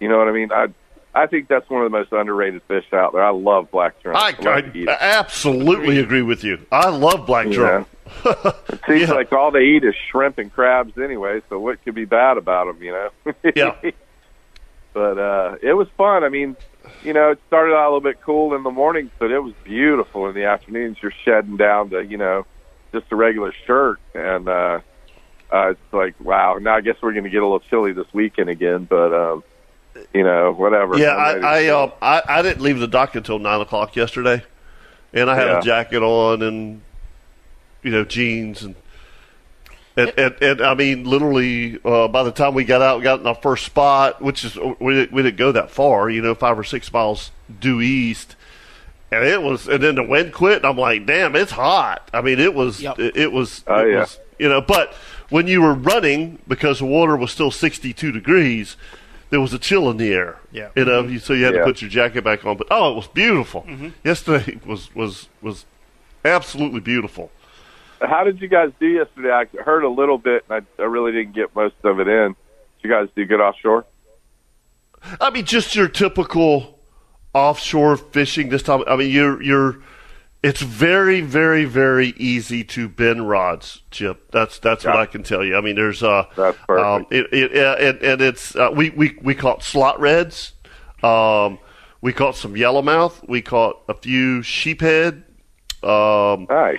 You know what I mean? I I think that's one of the most underrated fish out there. I love black drum.
I,
love to eat
I
it.
absolutely agree with you. I love black drum.
It seems
Yeah.
like all they eat is shrimp and crabs anyway. So what could be bad about them? You know?
[laughs] Yeah.
but uh, it was fun. I mean, you know, it started out a little bit cool in the mornings, but it was beautiful in the afternoons. You're shedding down to you know just a regular shirt, and uh, uh, it's like wow. Now I guess we're going to get a little chilly this weekend again, but um, you know, whatever.
Yeah,
I'm ready to
I I,
go.
um, I I didn't leave the dock until nine o'clock yesterday, and I had
Yeah.
a jacket on and you know jeans and and and, and I mean literally uh, by the time we got out, we got in our first spot, which is uh, we didn't, we didn't go that far, you know, five or six miles due east, and it was and then the wind quit, and I'm like, damn, it's hot. I mean, it was
Yep.
it, it was
Oh,
it
yeah.
was you know, but when you were running because the water was still 62 degrees, there was a chill in the air.
Yeah.
You know, you- so you had to
Yeah.
put your jacket back on. But oh, it was beautiful. Yesterday [laughs] was was was absolutely beautiful.
How did you guys do yesterday? I heard a little bit, and I, I really didn't get most of it in. Did you guys do good offshore?
I mean, just your typical offshore fishing this time. I mean, you're you're. It's very, very, very easy to bend rods, Chip. That's that's what
Yeah.
I can tell you. I mean, there's uh,
That's perfect.
um, it, it, uh, and, and it's uh, we, we we caught slot reds, um, we caught some yellowmouth, we caught a few sheephead, um,
Nice.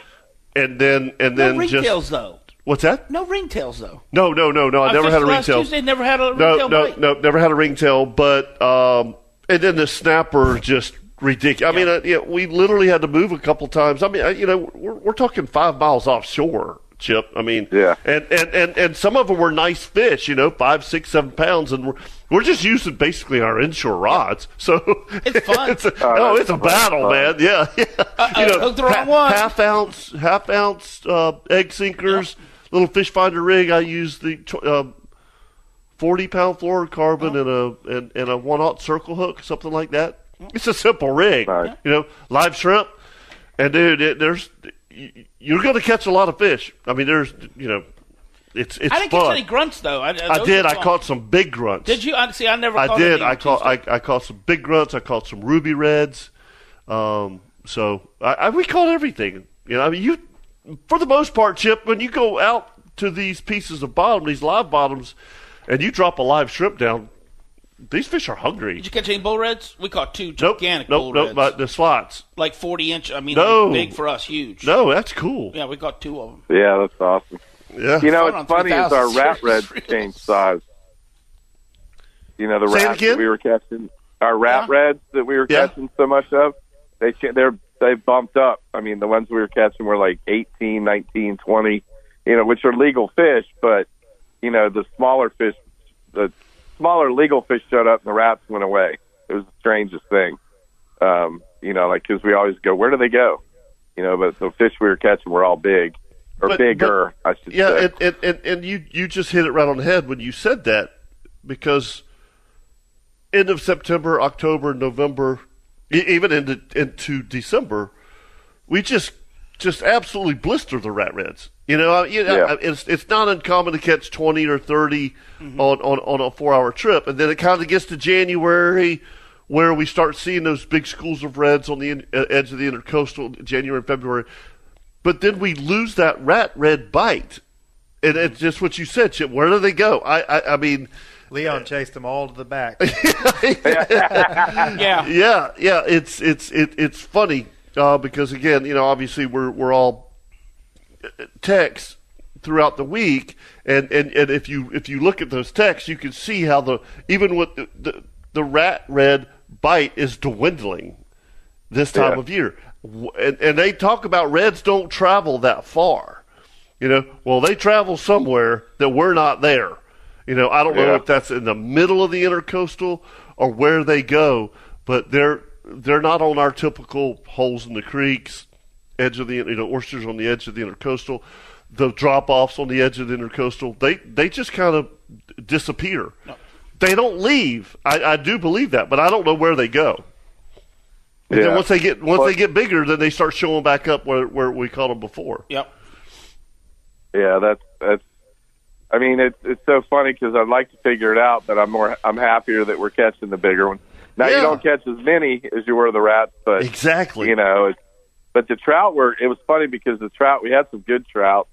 and then and
No
then
ringtails
just
though.
what's that?
No ringtails though.
No, no, no, no. I, never
fished
had a
Oh, last
ringtail
Tuesday, never had a
no,
ringtail
no,
bite.
no, never had a ringtail, but um, and then the snapper is just ridiculous. I mean, uh, yeah, we literally had to move a couple times. I mean, uh, you know, we're, we're talking five miles offshore, Chip. I mean,
Yeah.
and, and and and some of them were nice fish, you know, five, six, seven pounds, and we're we're just using basically our inshore rods. [laughs] So
It's fun.
it's a, no,
Oh, that's
Oh, it's a
fun.
battle, man. Yeah, [laughs] yeah.
Uh-oh, hooked the wrong
ha-
one.
Half ounce, half ounce uh, egg sinkers. Little fish finder rig. I use the tw- uh, forty pound fluorocarbon and a and, and a one aught circle hook, something like that. It's a simple rig,
Right.
you know, live shrimp, and dude, it, there's you- you're going to catch a lot of fish. I mean, there's you know, it's it's
I didn't
fun.
catch any grunts though. I, uh,
I
those
did.
were
I
fun.
caught some big grunts.
Did you? I see. I never.
I
caught
did.
any
I
on
caught
Tuesday.
I, I caught some big grunts. I caught some ruby reds. Um, so I, I we caught everything. You know, I mean, you for the most part, Chip, when you go out to these pieces of bottom, these live bottoms, and you drop a live shrimp down, these fish are hungry.
Did you catch any bull reds? We caught two
Nope,
gigantic
nope,
bull
nope,
reds,
but the slots.
like forty inch. I mean,
No.
like big for us, huge.
No, that's cool.
Yeah, we caught two of them.
[laughs]
Yeah, that's awesome.
Yeah.
You know,
Fun on
it's funny is our
3000
rat red
series.
changed size. You know the
Say it
rats
again?
that we were catching, our rat
Yeah.
reds that we were
Yeah.
catching so much of, they cha- they're they bumped up. I mean, the ones we were catching were like 18, 19, 20, you know, which are legal fish, but you know the smaller fish, the smaller legal fish showed up, and the rats went away. It was the strangest thing. Um, you know, like because we always go, where do they go? You know, but the fish we were catching were all big or
But- but-
bigger. I should
Yeah,
say.
and, and, and, and you, you just hit it right on the head when you said that because end of September, October, November, e- even into, into December, we just just absolutely blister the rat reds. You know, I, you know
Yeah.
I- it's it's not uncommon to catch 20 or 30 on, on, on a four hour trip. And then it kind of gets to January where we start seeing those big schools of reds on the in, uh, edge of the intercoastal January and February. But then we lose that rat red bite. And it's just what you said, Chip. Where do they go? I, I, I mean,
Leon chased them all to the back.
Yeah,
yeah, yeah. It's it's it, it's funny uh, because again, you know, obviously we're we're all uh, texts throughout the week, and, and, and if you if you look at those texts, you can see how the even with the the, the rat red bite is dwindling this time
Yeah.
of year, W- and and they talk about reds don't travel that far, you know. Well, they travel somewhere that we're not there. You know, I don't know
Yeah.
if that's in the middle of the intercoastal or where they go, but they're they're not on our typical holes in the creeks, edge of the you know oysters on the edge of the intercoastal, the drop offs on the edge of the intercoastal. They they just kind of disappear. They don't leave. I, I do believe that, but I don't know where they go. And then
Yeah.
once they get once
Well-
they get bigger, then they start showing back up where where we caught them before.
yep.
Yeah, that's that's. I mean, it's it's so funny because I'd like to figure it out, but I'm more I'm happier that we're catching the bigger ones. Now
Yeah.
you don't catch as many as you were the rats, but
Exactly.
you know, it's, but the trout were. It was funny because the trout we had some good trout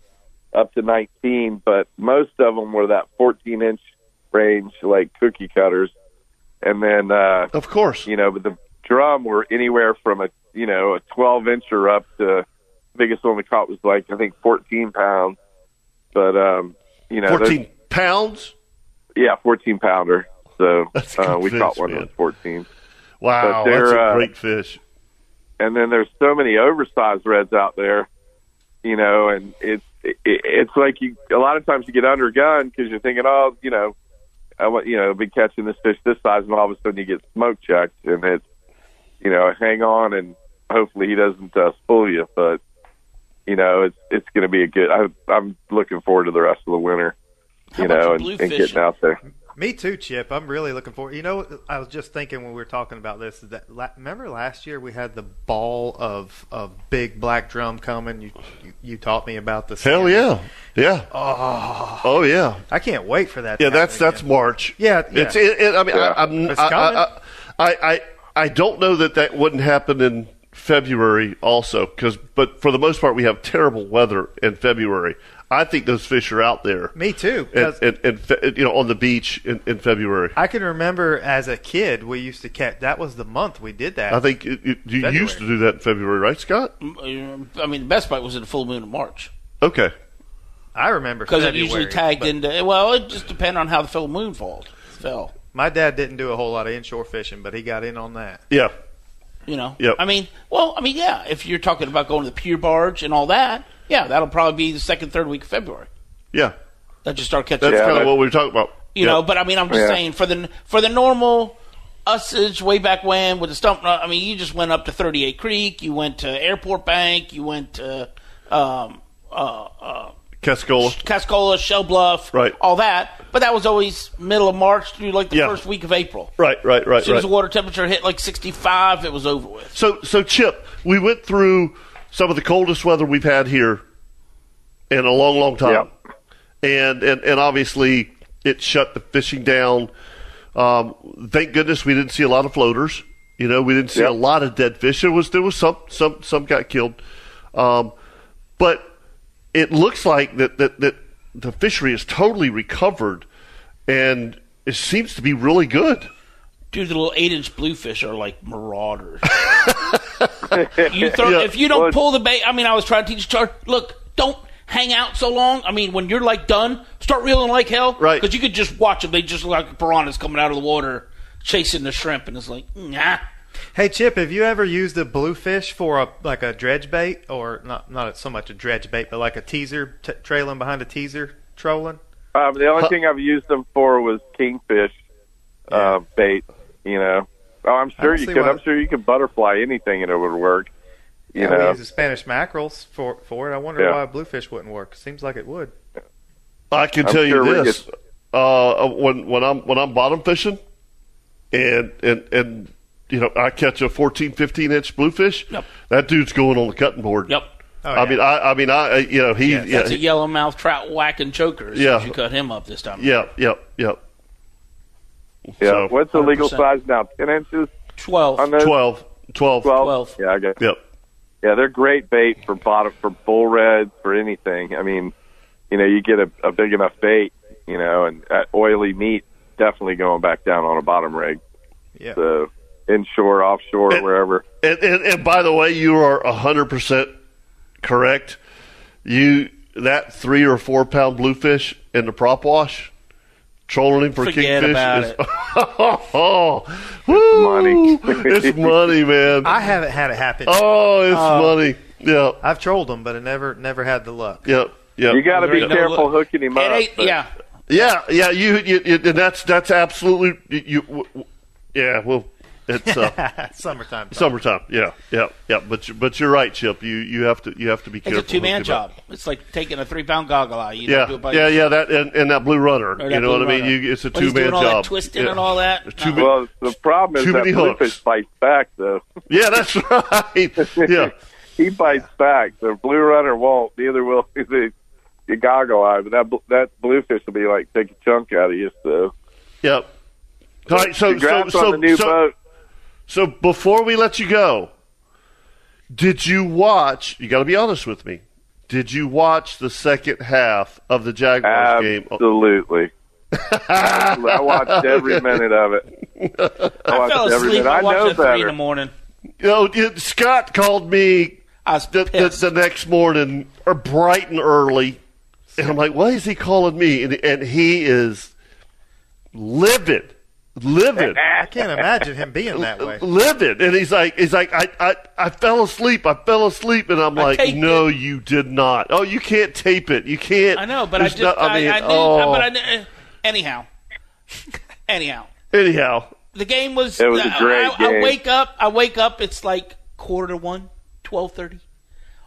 up to 19, but most of them were that 14 inch range, like cookie cutters, and then uh,
Of course.
you know, but the drum were anywhere from a you know a 12 inch or up to biggest one we caught was like I think 14 pounds, but um, you know, those-
14 pounds?
yeah, 14 pounder. So
That's
uh,
good
we
fish,
caught one
man.
that was 14,
Wow,
But they're,
that's a
uh,
great fish.
and then there's so many oversized reds out there, you know, and it's it, it's like you a lot of times you get under gun because you're thinking, oh, you know. I want you know be catching this fish this size, and all of a sudden you get smoke checked, and it's you know hang on and hopefully he doesn't uh, spoil you. But you know it's it's going to be a good. I, I'm looking forward to the rest of the winter.
How
you
about
know
the
and,
blue
and
fishing?
getting out there.
Me too, Chip. I'm really looking forward. You know, I was just thinking when we were talking about this is that la- remember last year we had the ball of of big black drum coming. You you, you taught me about this.
Hell yeah. Yeah. Oh, yeah.
I can't wait for that. to
Yeah, that's
happen
that's
again.
March.
Ah. Yeah, yeah.
It's it, it, I mean
Yeah.
I, I'm
It's
I,
coming.
I, I I I don't know that that wouldn't happen in February also cuz but for the most part we have terrible weather in February. I think those fish are out there.
me too.
And,
'cause
and, and fe- you know on the beach in, in February.
I can remember as a kid we used to catch. That was the month we did that.
I think it, it, you
February.
used to do that in February, right, Scott?
Mm, uh, I mean, the best bite was in the full moon in March
Okay.
I remember
because it
February,
usually tagged
but
into. Well, it just depended on how the full moon falled, fell.
My dad didn't do a whole lot of inshore fishing, but he got in on that.
Yeah.
You know.
Yep.
I mean, well, I mean, yeah. If you're talking about going to the pier barge and all that, yeah, that'll probably be the second, third week of February.
Yeah.
That you start catching.
That's
Yeah,
kind of
that-
what we were talking about.
you
Yeah.
know. But I mean, I'm just
Yeah.
saying for the for the normal usage way back when with the stump. run, I mean, you just went up to 38 Creek, you went to Airport Bank, you went to um, uh, uh,
Cascola.
Cascola, Shell Bluff,
Right.
All that. But that was always middle of March through like the
Yeah.
first week of April.
Right, right, right,
As soon
right.
as the water temperature hit like 65, it was over with.
So, so Chip, we went through some of the coldest weather we've had here in a long, long time, and and and obviously it shut the fishing down. Um, thank goodness we didn't see a lot of floaters. You know, we didn't see
Yep.
a lot of dead fish. There was there was some some some got killed, um, but it looks like that, that, that the fishery is totally recovered and it seems to be really good.
Dude, the little eight-inch bluefish are like marauders. you throw,
Yeah.
if you don't
Well,
pull the bait, I mean, I was trying to teach Char. Look, don't hang out so long. I mean, when you're like done, start reeling like hell.
Right.
Because you could just watch them. They just look like piranhas coming out of the water, chasing the shrimp, and it's like, nah.
Hey Chip, have you ever used a bluefish for a like a dredge bait, or not not so much a dredge bait, but like a teaser t- trailing behind a teaser trolling?
Um, the only thing I've used them for was kingfish uh, bait. You know, oh, I'm
I
sure
don't
you
see
could.
why-
I'm sure you could butterfly anything and it would work. You
Yeah, we
know,
use the Spanish mackerels for for it. I wonder
Yeah.
why a bluefish wouldn't work. Seems like it would.
I can
I'm
tell
sure
you
we
this: uh, when when I'm when I'm bottom fishing, and and and you know I catch a 14, 15 inch bluefish,
Yep.
that dude's going on the cutting board.
Yep.
Oh,
I
yeah.
mean, I, I mean, I, I- you know, he, yeah,
That's a
yeah,
yellowmouth trout whacking choker. as soon
Yeah.
as You cut him up this time.
yeah, yep, yep.
yeah.
So,
What's the legal
100%.
size now? Ten inches
Twelve.
on those?
12, 12,
12?
12.
Yeah, I guess.
Yep.
Yeah, they're great bait for bottom for bull reds for anything. I mean, you know, you get a, a big enough bait, you know, and uh, oily meat definitely going back down on a bottom rig.
Yeah.
So inshore, offshore,
And-
wherever.
And, and, and by the way, you are 100% correct. You That three or four pound bluefish in the prop wash, trolling him for
Forget
kingfish
about
is.
it.
oh, [laughs]
money.
it's money, man.
I haven't had it happen.
oh, it's money. Yeah,
I've trolled them, but I never never had the luck. [laughs]
yeah, yeah.
You got to
There
be
you go.
careful hooking him
It
up.
ain't,
but-
yeah.
Yeah, yeah, you, you, you and that's that's absolutely you. you w- w- yeah, well, it's
[laughs]
uh,
Summertime. Time.
summertime. Yeah, yeah, yeah. But you, but you're right, Chip. You you have to you have to be
It's
careful.
a two-man
with your-
job. It's like taking a three-pound goggle eye. You
Yeah,
don't do it by
yeah, yeah. That and, and that blue runner.
Or that
You know
blue
what I mean?
runner.
You, it's a
When he's
two man
doing all that
job.
twisting
yeah.
and all that.
Two
No.
man-
Well, the problem
Too
is that
many
bluefish
hooks.
bites back, though.
yeah, that's right. [laughs] Yeah,
[laughs] He bites back. The blue runner won't. Neither will [laughs] the, the goggle eye. But that bl- that bluefish will be like take a chunk out of you. So
yeah. All right, so so
congrats on the
so,
new
so,
boat.
so before we let you go, did you watch? You got to be honest with me. Did you watch the second half of the
Uh,
Jaguars game? [laughs]
Absolutely. I watched every minute of it.
[laughs]
I
I
watched
fell
every
asleep.
minute. I,
I watched it
know
at three in the
better.
morning.
You know, it, Scott called me
I was
the, the,
pissed.
the next morning, or bright and early, and I'm like, "Why is he calling me?" And, and he is livid,
[laughs]
livid,
I can't imagine him being that way.
livid. And he's like, "He's like, I, I, I fell asleep. I fell asleep." And I'm
I
like,
taped
"No, you did not. Oh, you can't tape it. You can't."
I know, but I
There's
just
no-
I, I, knew.
oh.
But I knew, anyhow, [laughs] anyhow,
anyhow,
the game was.
It was a great
I, I
game.
wake up. I wake up. It's like quarter to one, twelve thirty.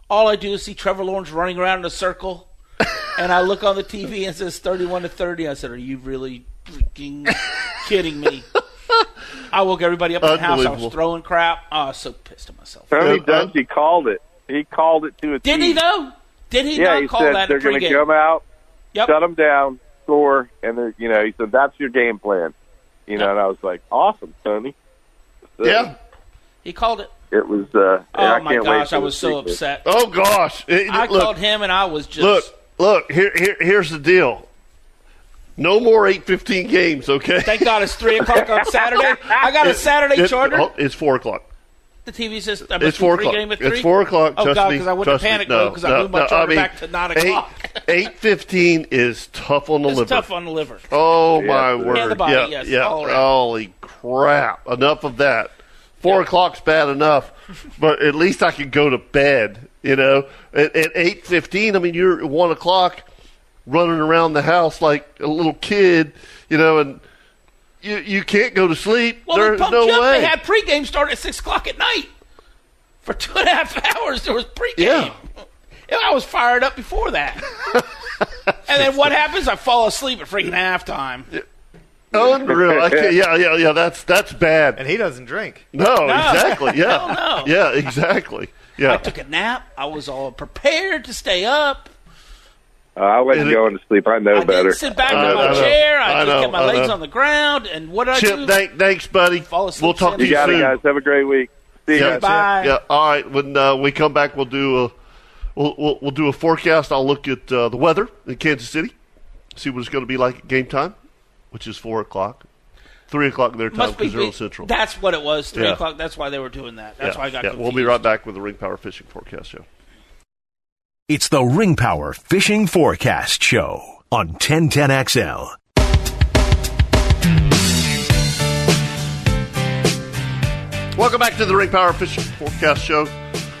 All I do is see Trevor Lawrence running around in a circle,
[laughs]
and I look on the TV and it says thirty-one to thirty. I said, "Are you really freaking kidding
[laughs]
me?" I woke everybody up in the house. I
Unbelievable.
was throwing crap. Oh, I was so pissed at myself.
Tony
Yeah, uh,
Dungy called it. He called it to a
Didn't
tee.
he though? Did he
Yeah,
not
he
call
said
that
they're
in
going to
pregame?
come out,
Yep.
shut them down, score, and then you know he said that's your game plan. You know, and I was like, awesome, Tony. So
yeah.
He called it.
it was. Uh,
Oh
I
my
can't wait
gosh,
for
I
the
was so
sequel.
upset.
Oh gosh. It-
I
look,
called him and I was just
Look, look. Here, here, here's the deal. No more eight fifteen games, okay?
Thank God it's three o'clock
[laughs]
on Saturday. I got a Saturday
[laughs] It-
charter.
oh, it's four o'clock.
the TV says I must
It's four
be
o'clock.
Game at three.
It's four o'clock.
Oh
trust
God,
me,
I went to
trust me.
panic
No,
mode because
no,
I moved my
no,
charter
I mean,
back to nine
eight-
o'clock.
Eight fifteen is tough on the
it's
liver.
tough on the liver.
Oh my
Yeah.
word!
And the body,
yeah,
yes,
yeah.
all around.
Holy crap! Enough of that. Four o'clock's bad enough, but at least I could go to bed. You know, at, at eight fifteen, I mean, you're at one o'clock, running around the house like a little kid. You know, and you you can't go to sleep.
Well, they
There's
pumped
no
you up.
way.
They had pregame start at six o'clock at night. For two and a half [laughs] hours, there was pregame.
Yeah.
And I was fired up
[laughs]
before that. and then what happens? I fall asleep at freaking halftime.
Unreal. I can't, yeah, yeah, yeah. That's that's bad.
And he doesn't drink. [laughs]
No,
[laughs]
exactly. Yeah,
Hell no.
yeah, exactly. Yeah.
I took a nap. I was all prepared to stay up.
Uh, I wasn't
It- Uh,
going to sleep. I know
I
better.
didn't sit back
I
in
know, I
my
know,
chair. I,
I
just
know,
kept my
I
legs
know.
on the ground. And what did I do?
Chip, thank, thanks, buddy.
Fall asleep
We'll talk to
soon.
you,
You got
soon.
it, guys. Have a great week. See you
Yeah.
guys.
Bye.
Yeah. All right. When uh, we come back, we'll do a We'll, we'll, we'll do a forecast. I'll look at uh, the weather in Kansas City, see what it's going to be like at game time, which is 4 o'clock. 3 o'clock their time
Must be
because they're on Central.
That's what it was. Three
Yeah.
o'clock. That's why they were doing that. That's
yeah.
why I got
yeah.
confused.
We'll be right back with the Ring Power Fishing Forecast Show.
It's the Ring Power Fishing Forecast Show on 1010XL.
Welcome back to the Ring Power Fishing Forecast Show.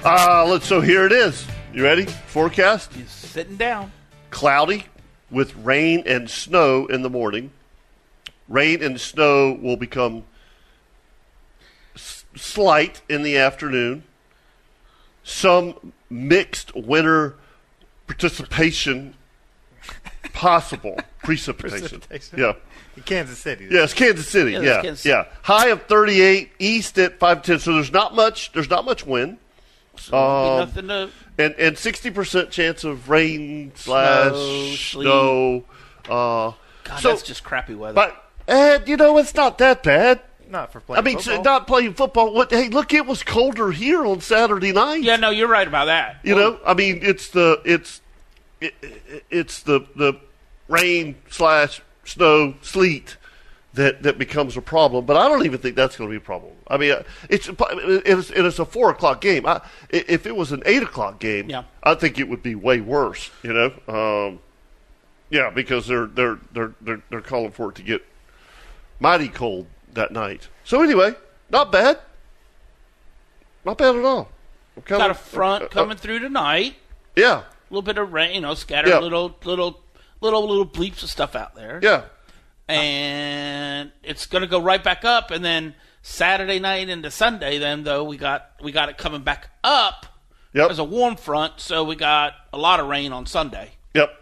Uh, let's, so here it is. You ready? Forecast
He's sitting down.
cloudy with rain and snow in the morning. Rain and snow will become s- slight in the afternoon. Some mixed winter participation
[laughs]
possible. Precipitation.
Precipitation.
Yeah.
In Kansas City.
Yes, Kansas City.
Yeah,
Yeah,
that's
yeah.
Kansas City.
High of 38, east at 510. So there's not much. There's not much wind,
So there'll be
Um,
nothing to.
and and 60 percent chance of rain slash
sleet.
snow. Uh,
God,
so-
that's just crappy weather.
but eh, you know it's not that bad.
Not for playing
I mean, s-
football.
not playing football. What? Hey, look, it was colder here on Saturday night.
yeah, no, you're right about that.
You know, I mean, it's the it's it, it- it's the the rain slash snow sleet that that becomes a problem. But I don't even think that's going to be a problem. I mean, uh, it's it's it's a four o'clock game. I, i- if it was an eight o'clock game,
Yeah.
I think it would be way worse. You know, um, yeah, because they're they're they're they're they're calling for it to get mighty cold that night. So anyway, not bad, not bad at all. I'm kinda-
Got a front
uh, uh,
coming through tonight.
yeah,
A little bit of rain, you know, scatter
Yeah.
little, little, little, little bleeps of stuff out there.
yeah,
and it's going to go right back up. And then Saturday night into Sunday, then though we got we got it coming back up
yep,
as a warm front, so we got a lot of rain on Sunday.
yep.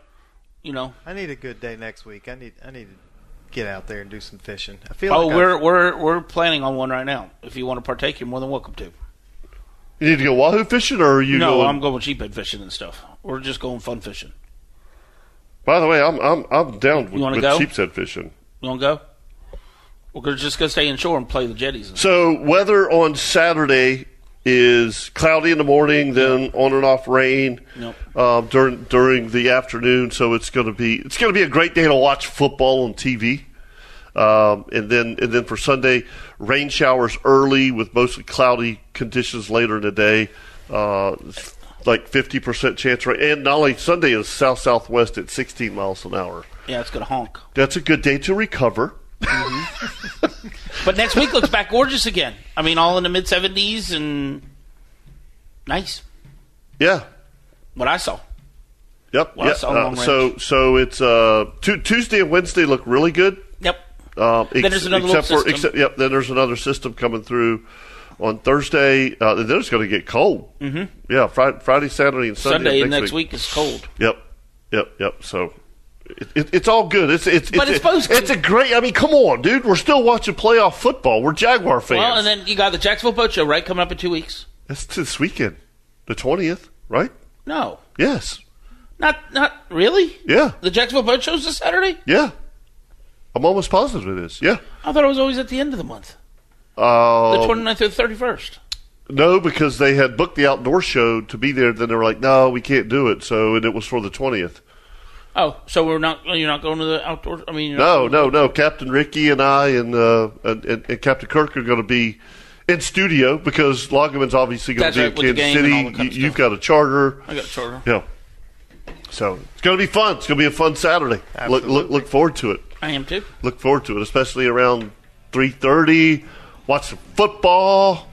You know,
I need a good day next week. I need I need to get out there and do some fishing. I feel
oh,
like
we're we're we're planning on one right now. If you want to partake, you're more than welcome to.
You need to go wahoo fishing, or are you?
no,
going,
I'm going sheephead fishing and stuff. We're just going fun fishing.
By the way, I'm I'm I'm down with,
wanna
with
go?
sheepshead fishing.
You want to go? We're gonna- just going to stay inshore and play the jetties. And
So weather on Saturday is cloudy in the morning, then on and off rain
Yep.
um, during during the afternoon. So it's going to be it's going to be a great day to watch football on TV. Um, and then and then for Sunday, rain showers early with mostly cloudy conditions later in the day. Uh, it's like fifty percent chance rate, and not only Sunday is south southwest at sixteen miles an hour.
yeah, it's going to honk.
That's a good day to recover.
But next week looks back gorgeous again. I mean, all in the mid 70s and nice.
Yeah.
What I saw.
Yep.
Well, I
yeah.
saw long
Uh, so so it's uh, Tu Tuesday and Wednesday look really good.
Yep.
Um,
Then there's another little
except for
system.
except yep. Then there's another system coming through on Thursday. Uh, and then it's going to get cold. Mm-hmm. Yeah. Friday, Friday, Saturday, and Sunday,
Sunday
of
and next week. is cold.
Yep. Yep. Yep. So. It, it, it's all good. It's it's
But
it's,
it's supposed to-
it's a great. I mean, come on, dude. We're still watching playoff football. We're Jaguar fans.
Well, and then you got the Jacksonville Boat Show, right? Coming up in two weeks.
That's this weekend, the twentieth, right?
No,
Yes.
not not really.
Yeah.
The Jacksonville Boat Show's this Saturday.
Yeah. I'm almost positive it is. Yeah.
I thought it was always at the end of the month, the
Uh,
29th through the 31st.
no, because they had booked the outdoor show to be there. Then they were like, "No, we can't do it." So, and it was for the twentieth.
Oh, so we're not you're not going to the outdoor. I mean, you're
No,
not going
no, no. Captain Ricky and I and uh, and, and, and Captain Kirk are going to be in studio because Loggeman's obviously going
That's
to be
right, with the
in Kansas
game and all that
City.
kind
You,
of
you've
stuff.
got a charter.
I got a charter.
Yeah. So it's going to be fun. It's going to be a fun Saturday. Look, look, look forward to it.
I am too.
look forward to it, especially around 3.30, watch some football.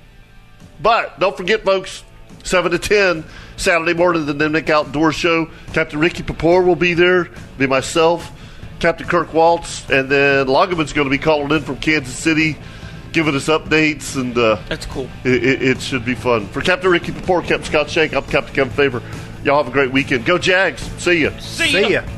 But don't forget, folks, 7 to 10, Saturday morning, the Nimnik Outdoor Show. Captain Ricky Papore will be there, be myself, Captain Kirk Waltz, and then Loggeman's going to be calling in from Kansas City, giving us updates, and uh,
That's cool.
it, it, it should be fun. For Captain Ricky Papore, Captain Scott Shank, I'm Captain Kevin Favor. Y'all have a great weekend. Go Jags. See ya.
See ya.